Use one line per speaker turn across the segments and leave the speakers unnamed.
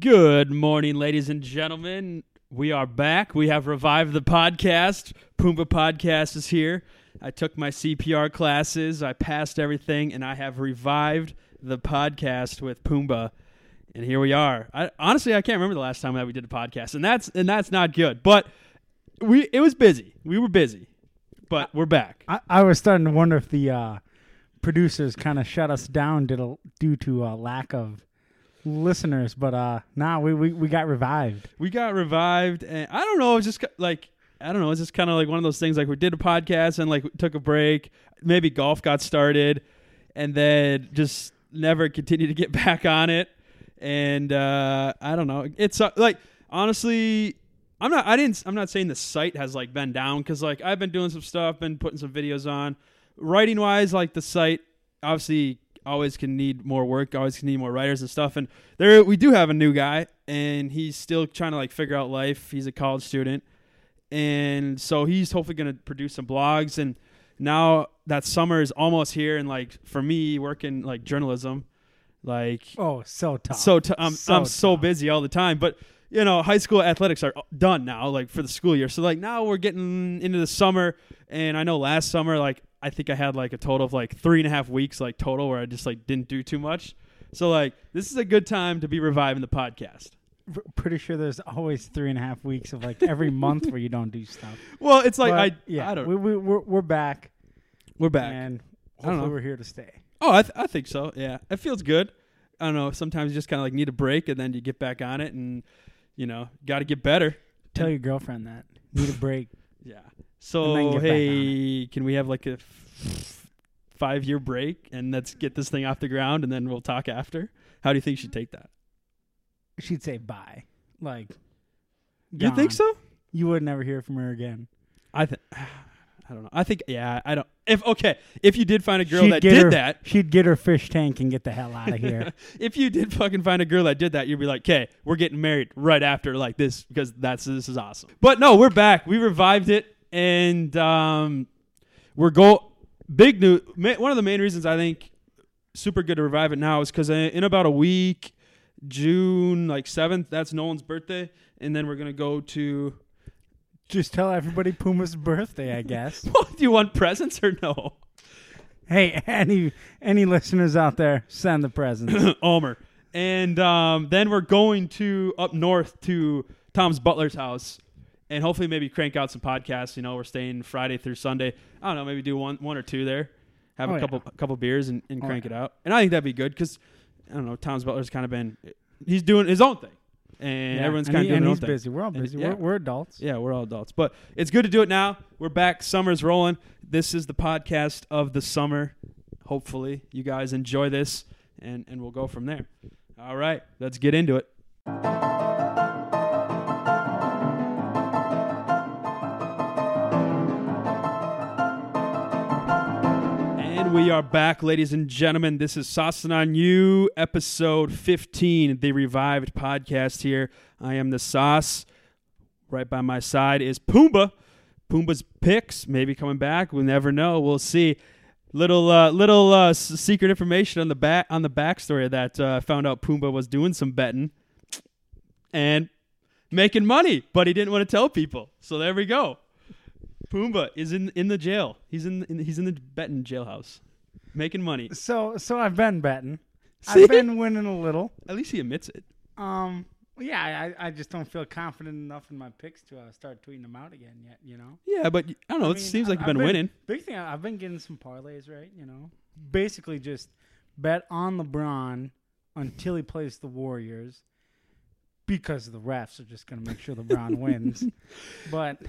Good morning, ladies and gentlemen. We are back. We have revived the podcast. Pumba Podcast is here. I took my CPR classes, I passed everything, and I have revived the podcast with Pumba. And here we are. I, honestly, I can't remember the last time that we did a podcast, and that's and that's not good. But we it was busy. We were busy, but we're back.
I, I was starting to wonder if the uh, producers kind of shut us down did a, due to a lack of listeners, but uh, nah, we, we, we got revived.
we got revived and i don't know it's just ki- like i don't know it's just kind of like one of those things like we did a podcast and like took a break maybe golf got started and then just never continued to get back on it and uh i don't know it's uh, like honestly i'm not i didn't i'm not saying the site has like been down because like i've been doing some stuff been putting some videos on writing wise like the site obviously always can need more work, always can need more writers and stuff. And there we do have a new guy, and he's still trying to like figure out life. He's a college student, and so he's hopefully going to produce some blogs. And now that summer is almost here, and like for me working like journalism, like
Oh, so tough.
so t- um, I'm
So
I'm so
tough.
busy all the time, but. You know, high school athletics are done now, like for the school year. So like now we're getting into the summer, and I know last summer, like I think I had like a total of like three and a half weeks, like total, where I just like didn't do too much. So like this is a good time to be reviving the podcast.
P- pretty sure there's always three and a half weeks of like every month where you don't do stuff.
Well, it's like
But,
I
yeah,
I don't
we, we, we're, we're back,
we're back.
and
I don't
hopefully
know.
we're here to stay.
Oh, I, th- I think so. Yeah, it feels good. I don't know. Sometimes you just kind of like need a break, and then you get back on it, and you know, got to get better.
Tell your girlfriend that. Need a break.
Yeah.
then
So
get back on
hey, can we have like a f- five year break and let's get this thing off the ground and then we'll talk after? How do you think she'd take that?
She'd say bye. Like,
You think
gone.
so?
You would never hear from her again.
I think I don't know. I think yeah, I don't if okay, if you did find a girl
She'd
that
get
did
her-
that,
She'd get her fish tank and get the hell out of here.
if you did fucking find a girl that did that, you'd be like, "Okay, we're getting married right after like this because that's this is awesome." But no, we're back. We revived it, and um, we're go big new. Ma- one of the main reasons I think super good to revive it now is because in about a week, June like seventh, that's Nolan's birthday, and then we're gonna go to.
Just tell everybody Puma's birthday, I guess.
Do you want presents or no?
hey, any any listeners out there, send the presents.
Omer. And um, then we're going to up north to Tom's Butler's house and hopefully maybe crank out some podcasts. You know, we're staying Friday through Sunday. I don't know, maybe do one one or two there. Have
Oh,
a
yeah.
couple a couple beers and, and
Oh,
crank
yeah.
it out. And I think that'd be good because I don't know, Tom's Butler's kind of been he's doing his own thing. And
Yeah,
everyone's
and
kind of
he-
doing
and
their own
he's
thing.
busy. We're all
And-
busy.
yeah.
We're, we're adults.
Yeah, we're all adults, but it's good to do it now. We're back. Summer's rolling. This is the podcast of the summer. Hopefully, you guys enjoy this, and and we'll go from there. All right, let's get into it. And we are back, ladies and gentlemen. This is Saucing on You, episode 15, the revived podcast here. I am the Sauce. Right by my side is Pumbaa. Pumbaa's picks maybe coming back. We'll never know. We'll see. Little uh, little uh, s- secret information on the back on the backstory of that uh, found out Pumbaa was doing some betting and making money, but he didn't want to tell people. So there we go. Pumbaa is in in the jail. He's in, in he's in the betting jailhouse, making money.
So so I've been betting.
See?
I've been winning a little.
At least he admits it.
Um yeah, I, I just don't feel confident enough in my picks to uh, start tweeting them out again yet, you know?
Yeah, but I don't know.
I
it
mean,
seems
I-
like you've
I've
been, winning.
Big thing, I- I've been getting some parlays, right? You know, basically just bet on LeBron until he plays the Warriors because the refs are just going to make sure LeBron wins. But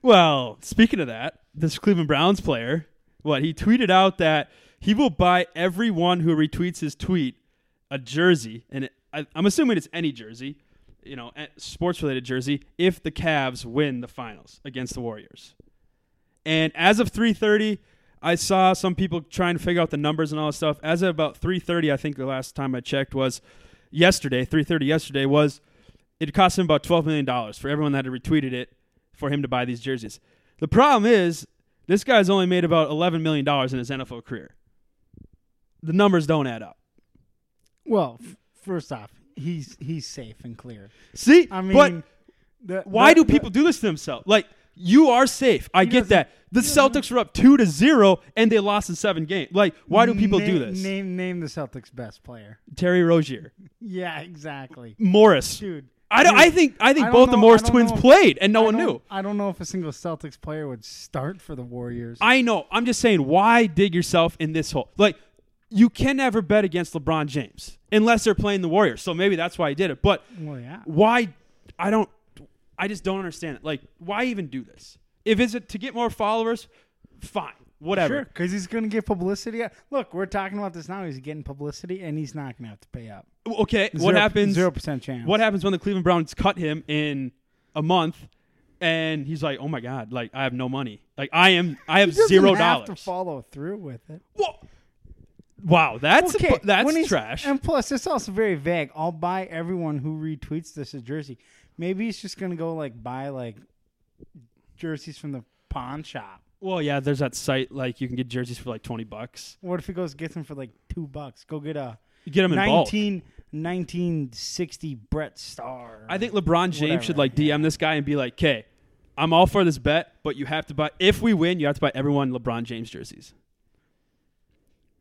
Well, speaking of that, this Cleveland Browns player, what he tweeted out that he will buy everyone who retweets his tweet a jersey, and it, I, I'm assuming it's any jersey, you know, sports related jersey, if the Cavs win the finals against the Warriors. And as of 3:30, I saw some people trying to figure out the numbers and all that stuff. As of about 3:30, I think the last time I checked was yesterday. 3:30 yesterday was it cost him about 12 million dollars for everyone that had retweeted it for him to buy these jerseys. The problem is this guy's only made about 11 million dollars in his NFL career. The numbers don't add up.
well, f- first off, he's he's safe and clear.
See,
I mean,
but
the-
why do
the-
people do this to themselves? Like, you are safe. I
He
get
doesn't-
that. The
he doesn't-
Celtics were up two to zero and they lost in seven games. Like, why do people do
Na-
this?
Name name the Celtics best player.
Terry Rozier,
Yeah, exactly,
Morris.
dude.
I don't.
dude,
I think. I think
I don't
both the
know-
Morris
I don't
twins
know if-
played, and no
I
one
don't-
knew.
I don't know if a single Celtics player would start for the Warriors.
I know. I'm just saying, why dig yourself in this hole? Like, you can never bet against LeBron James unless they're playing the Warriors. So maybe that's why he did it. But
well, yeah.
why? I don't. I just don't understand it. Like, why even do this? If it's to get more followers, fine, whatever.
Sure, because he's going to get publicity. Uh, Look, we're talking about this now. He's getting publicity, and he's not going to have to pay up.
Okay, what
Zero-
happens?
Zero percent chance.
What happens when the Cleveland Browns cut him in a month, and he's like, "Oh my god, like I have no money. Like I am, I have
He doesn't
zero
have
dollars."
to follow through with it.
Wha- Wow, that's
okay, when
that's
he's-
trash.
And plus, it's also very vague. I'll buy everyone who retweets this a jersey. Maybe he's just going to go like buy like jerseys from the pawn shop.
Well, yeah, there's that site like you can get jerseys for like twenty bucks.
What if he goes gets them for like two bucks? Go get a
You get them in bulk.
19, 1960 Brett Star.
I think LeBron James
Whatever,
should like DM this guy and be like, "Okay, I'm all for this bet, but you have to buy. If we win, you have to buy everyone LeBron James jerseys.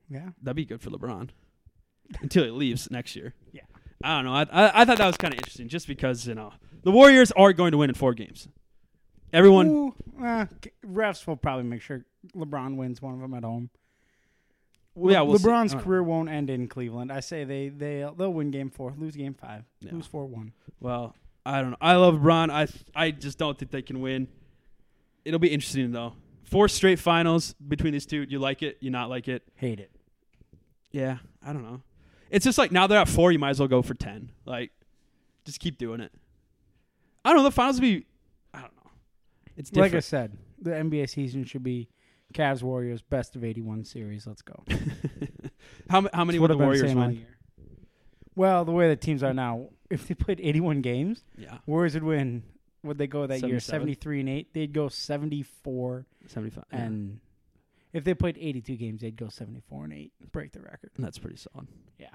yeah,
That'd be good for LeBron until he leaves next year.
yeah.
I don't know. I I, I thought that was kind of interesting, just because you know the Warriors are going to win in four games. Everyone,
Ooh, eh, c- refs will probably make sure LeBron wins one of them at home.
well, yeah, we'll see.
LeBron's
I don't know.
career won't end in Cleveland. I say they they they'll win game four, lose game five,
Yeah.
lose four one.
Well, I don't know. I love LeBron. I I just don't think they can win. It'll be interesting though. Four straight finals between these two. You like it? You not like it?
Hate it.
Yeah, I don't know. It's just like now they're at four. You might as well go for ten. Like, just keep doing it. I don't know. The finals will be. I don't know. It's
Like I
different.
said, the NBA season should be Cavs Warriors best of eighty one series. Let's go. That's
how m- how many would the
what I've been
Warriors
saying all
win?
year. Well, the way the teams are now, if they played eighty one games,
Yeah,
Warriors would win. Would they go that
77?
year? Seventy three and eight. They'd go seventy four
seventy five. And
and if they played eighty two games, they'd go seventy four and eight. Break the record.
that's pretty solid.
Yeah.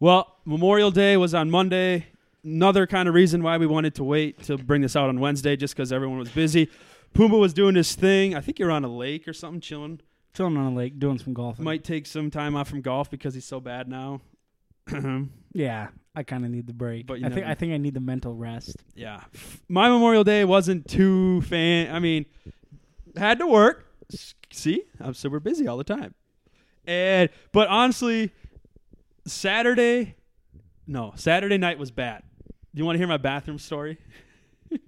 Well, Memorial Day was on Monday. Another kind of reason why we wanted to wait to bring this out on Wednesday, just because everyone was busy. Puma was doing his thing. I think you're on a lake or something, chilling.
Chilling on a lake, doing some golfing.
Might take some time off from golf because he's so bad now.
Yeah, I kind of need the break.
But
But
you
I think
never-
I think I need the mental rest.
yeah. My Memorial Day wasn't too fan. I mean, had to work. S- See, I'm super busy all the time. And but honestly, Saturday, no, Saturday night was bad. Do you want to hear my bathroom story?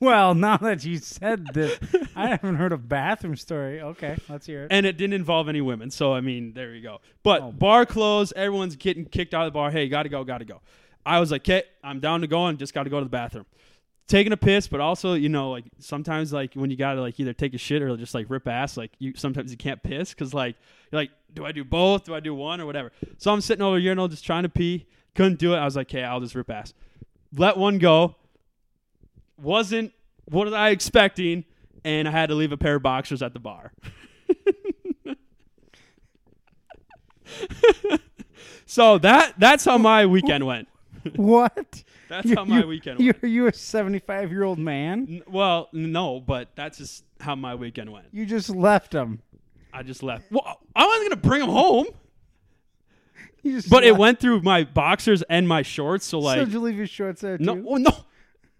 Well, now that you said this, I haven't heard a bathroom story. Okay, let's hear it.
And it didn't involve any women, so I mean, there you go. But
Oh.
bar closed, everyone's getting kicked out of the bar. Hey, gotta go, gotta go. I was like, okay, I'm down to go and just gotta go to the bathroom. Taking a piss, but also, you know, like sometimes, like when you gotta like either take a shit or just like rip ass, like you sometimes you can't piss because like you're like, do I do both? Do I do one or whatever? So I'm sitting over a urinal just trying to pee, couldn't do it. I was like, okay, I'll just rip ass. Let one go. Wasn't what was I expecting, and I had to leave a pair of boxers at the bar. So that that's how my weekend went.
what?
That's how my
you,
weekend
You're
went.
you a 75 year old man.
N- Well, no, but that's just how my weekend went.
You just left him.
I just left. Well, I wasn't gonna bring them home,
You just
but it
left.
went through my boxers and my shorts. So
So
like,
did you leave your shorts there too?
no, well, no,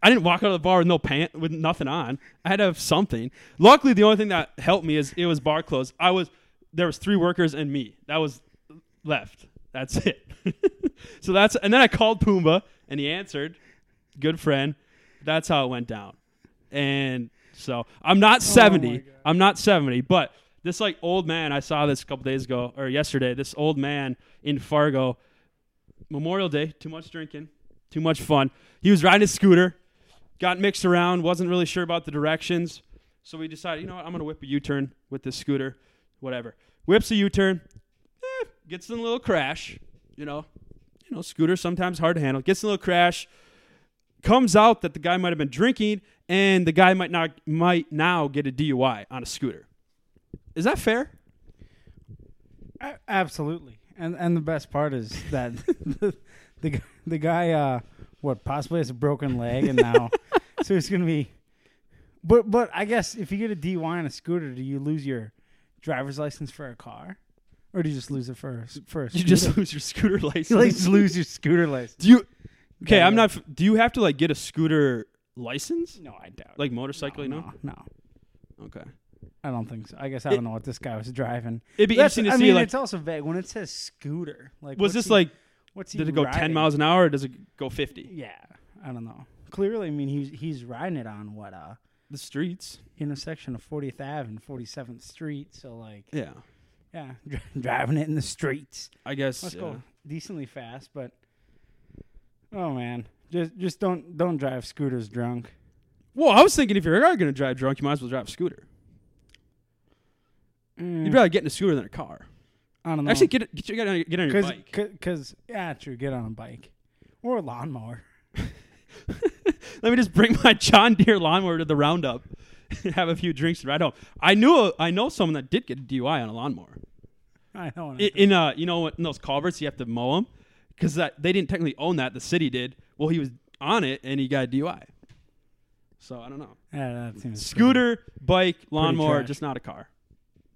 I didn't walk out of the bar with no pant with nothing on. I had to have something. Luckily, the only thing that helped me is it was bar clothes. I was there was three workers and me. That was left. That's it. so that's and then I called Pumbaa and he answered. Good friend. That's how it went down. And so I'm not 70.
God.
I'm not 70, but this like old man I saw this a couple days ago or yesterday, this old man in Fargo Memorial Day, too much drinking, too much fun. He was riding his scooter, got mixed around, wasn't really sure about the directions. So we decided, you know what, I'm going to whip a U turn with this scooter, whatever. Whips a U turn, eh, gets in a little crash, you know. You know, scooter sometimes hard to handle. Gets in a little crash, comes out that the guy might have been drinking and the guy might not might now get a DUI on a scooter. Is that fair?
A- absolutely. And and the best part is that the, the g- the guy uh what possibly has a broken leg and now so it's gonna be but but I guess if you get a DUI on a scooter, do you lose your driver's license for a car, or do you just lose it for a, s- for a
You just
scooter?
lose your scooter license.
you like, just lose your scooter license?
Do you? Okay,
Yeah,
I'm
yeah.
not. f- Do you have to like get a scooter license,
No, I doubt.
like motorcycling? No.
no, no,
Okay.
I don't think so. I guess I
It-
don't know what this guy was driving.
It'd be
That's-
interesting to
I
see.
mean,
like,
it's also vague when it says scooter. Like,
was
what's
this
he-
like?
what's he
Did it go ten
riding?
miles an hour, or does it go fifty?
Yeah, I don't know. Clearly, I mean, he's he's riding it on what uh
The streets.
intersection of 40th Ave and 47th Street. So like,
Yeah.
yeah, dri- driving it in the streets.
I guess.
Let's
yeah.
go decently fast, but oh man, just just don't don't drive scooters drunk.
Well, I was thinking if you're going to drive drunk, you might as well drive a scooter.
Mm,
You'd rather get in a scooter than a car.
I don't know.
Actually, get get, your- get, on, your- get on your
cause,
bike.
cause, 'cause- yeah, true. Get on a bike or a lawnmower.
Let me just bring my John Deere lawnmower to the roundup, and have a few drinks and ride home. I knew a, I know someone that did get a DUI on a lawnmower.
I don't know.
I- in uh, you know, what- in those culverts, you have to mow them because that they didn't technically own that. The city did. Well, he was on it and he got a DUI. So I don't know.
yeah, that seems pretty-
Scooter, bike, lawnmower,
trash.
just not a car.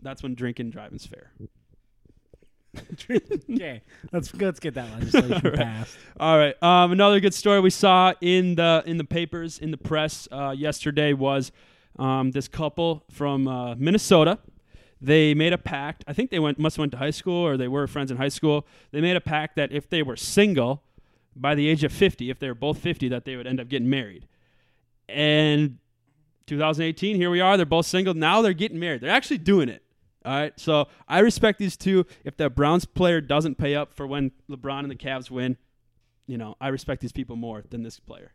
That's when drinking, driving's fair.
okay, let's let's get that legislation
All right.
passed.
All right. Um, another good story we saw in the in the papers in the press uh, yesterday was um, this couple from uh, Minnesota. They made a pact. I think they went must have went to high school or they were friends in high school. They made a pact that if they were single by the age of fifty, if they were both fifty, that they would end up getting married. And 2018, here we are. They're both single now. They're getting married. They're actually doing it. All right. So I respect these two. If that Browns player doesn't pay up for when LeBron and the Cavs win, you know, I respect these people more than this player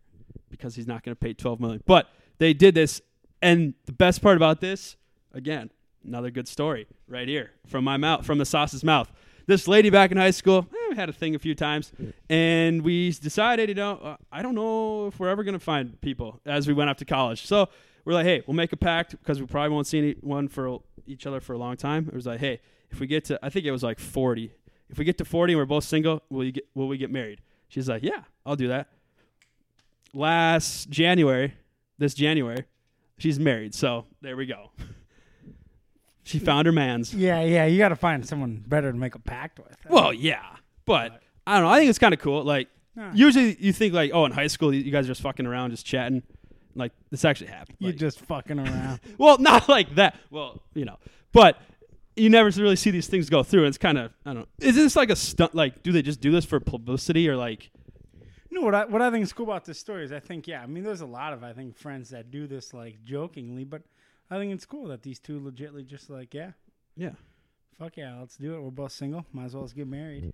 because he's not going to pay 12 million. But they did this and the best part about this, again, another good story right here from my mouth from the sauce's mouth. This lady back in high school, eh, we had a thing a few times and we decided, you know, uh, I don't know if we're ever going to find people as we went off to college. So we're like, hey, we'll make a pact because we probably won't see anyone for each other for a long time. It was like, hey, if we get to, I think it was like 40. If we get to 40 and we're both single, will you get, will we get married? She's like, yeah, I'll do that. Last January, this January, she's married. So there we go. she found her man's.
Yeah, yeah, you got to find someone better to make a pact with.
Well, yeah, but I don't know. I think it's kind of cool. Like
Nah.
usually you think like, oh, in high school you guys are just fucking around, just chatting. Like this actually happened.
you
Like,
just fucking around.
well, not like that. Well, you know, but you never really see these things go through. And it's kind of I don't. know. Is this like a stunt? Like, do they just do this for publicity or like?
No, what I what I think is cool about this story is I think yeah, I mean there's a lot of I think friends that do this like jokingly, but I think it's cool that these two legitly just like yeah,
Yeah.
fuck yeah, let's do it. We're both single, might as well just get married.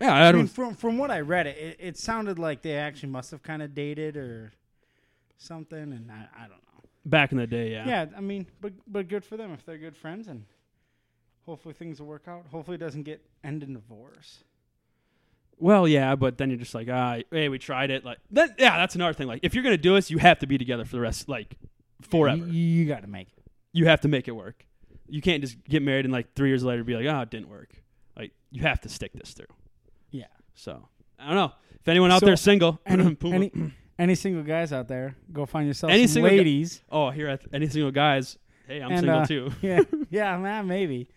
Yeah, I
I
don't.
mean, from from what I read, it it, it sounded like they actually must have kind of dated or something, and I, I don't know.
back in the day, yeah.
Yeah. I mean, but but good for them if they're good friends and hopefully things will work out. Hopefully it doesn't get end in divorce.
Well, yeah, but then you're just like, ah, hey, we tried it. Like, that, yeah, that's another thing. Like, if you're gonna do this, you have to be together for the rest, like, forever.
You, you got to make it.
You have to make it work. You can't just get married and like three years later be like, ah, it didn't work. Like, you have to stick this through.
Yeah.
So I don't know if anyone out
So,
there single.
any,
Puma.
any, any single guys out there, go find yourself
Any
some
single gu-
ladies.
oh, here at any single guys. Hey, I'm
And,
single
uh,
too.
yeah, yeah, man, maybe.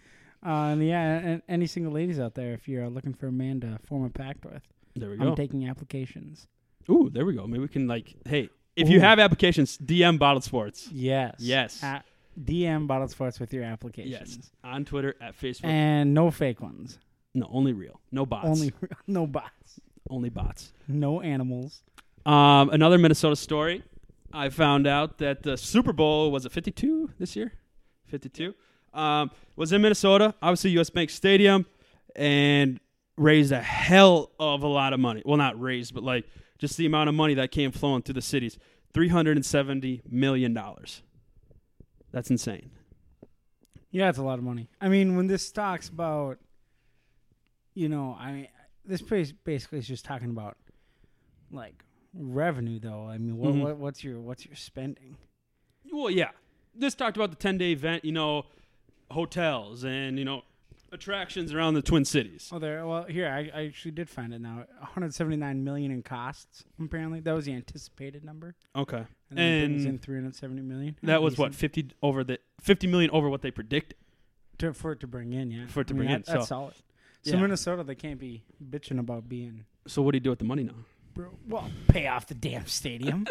Uh, and yeah, and any single ladies out there, if you're uh, looking for a man to form a pact with,
There we
I'm
go.
taking applications.
Ooh, there we go. Maybe we can like, hey, if you
Ooh.
have applications, DM Bottled Sports.
Yes.
Yes.
At DM Bottled Sports with your applications.
Yes, on Twitter at Facebook.
And no fake ones.
no, only real. No bots.
Only no bots.
only bots.
No animals.
Um, another Minnesota story. I found out that the Super Bowl was at 52 this year. 52 um, was in Minnesota, obviously U.S. Bank Stadium, and raised a hell of a lot of money. Well, not raised, but like just the amount of money that came flowing through the cities. Three hundred and seventy million dollars. That's insane.
Yeah, it's a lot of money. I mean, when this talks about, you know, I mean, this place basically is just talking about like revenue, though. I mean, what,
Mhm.
what what's your what's your spending?
Well, yeah. This talked about the 10 day event, you know, hotels and, you know, attractions around the Twin Cities.
Oh, there. Well, here I, I actually did find it now. 179 million in costs. Apparently, that was the anticipated number,
Okay,
and, then it brings
And
in 370 million.
that was what
Decent.
fifty over the fifty million over what they predicted.
to, for it to bring in. Yeah,
For it to
I mean,
bring in,
that- That's
so-
solid. So
Yeah.
Minnesota, they can't be bitching about being.
So what do you do with the money now?
Bro, well, pay off the damn stadium.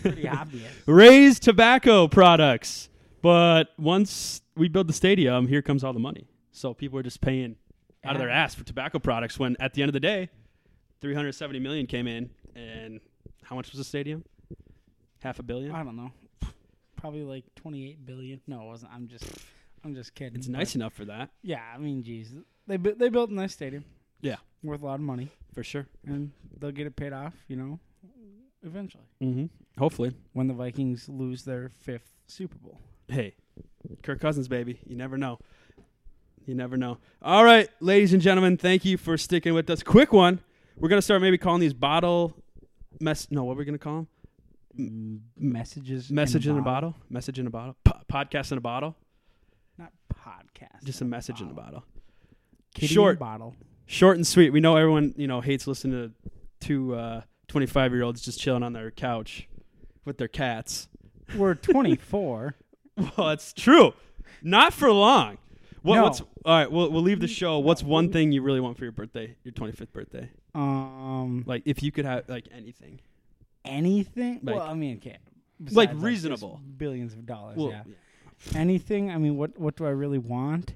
Pretty obvious.
Raise tobacco products, but once we build the stadium, here comes all the money. So people are just paying out of their ass for tobacco products. When at the end of the day, three hundred seventy million came in, and how much was the stadium? Half a billion.
I don't know. Probably like 28 billion. No, it wasn't. I'm just, I'm just kidding.
It's
but-
nice enough for that,
Yeah, I mean, geez, they bu- they built a nice stadium.
Yeah.
worth a lot of money,
for sure.
and they'll get it paid off. You know, eventually
Mm-hmm. Hopefully.
when the Vikings lose their fifth Super Bowl.
hey, Kirk Cousins, baby. You never know. You never know. All right, ladies and gentlemen, thank you for sticking with us. Quick one. We're gonna start maybe calling these bottle mess. No, what are we gonna call them?
Messages,
Message in a bottle. Message in a bottle. Po- podcast in a bottle.
not podcast.
Just a message in a bottle.
Kitty in a
Short.
bottle.
Short and sweet. We know everyone you know hates listening to two uh, 25 year olds just chilling on their couch with their cats.
We're 24.
Well, that's true. Not for long. What,
No.
What's all right? We'll we'll leave the show. What's
No.
one thing you really want for your birthday, your twenty fifth birthday?
um,
Like if you could have like anything.
anything?
Like-
well, I mean, okay. Besides,
Like,
just
reasonable.
billions of dollars.
Well,
yeah.
yeah.
anything. I mean, what what do I really want?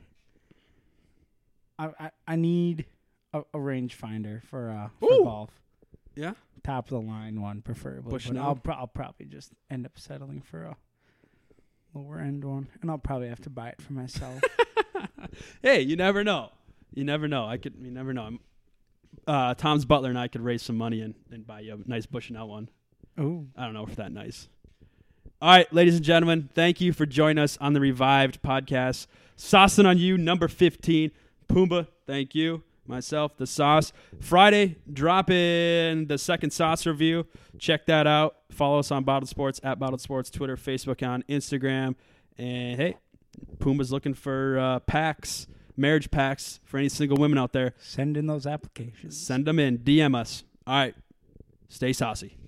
I I, I need a, a rangefinder for uh for
Ooh.
golf.
Yeah?
top of the line one preferably. but
Bushnell?
I'll pro- I'll probably just end up settling for a lower end one, and I'll probably have to buy it for myself.
Hey, you never know. You never know. I could. You never know. I'm, uh, Tom's butler and I could raise some money and, and buy you a nice Bushnell one.
Ooh,
I don't know if that nice. All right, ladies and gentlemen, thank you for joining us on the Revived podcast. Saucing on you, number 15. Pumbaa, thank you. Myself, the sauce. Friday, drop in the second sauce review. Check that out. Follow us on Bottled Sports, at Bottled Sports, Twitter, Facebook, on Instagram. And hey, Pumbaa's looking for uh, packs, marriage packs for any single women out there.
send in those applications.
Send them in, DM us. All right, stay saucy.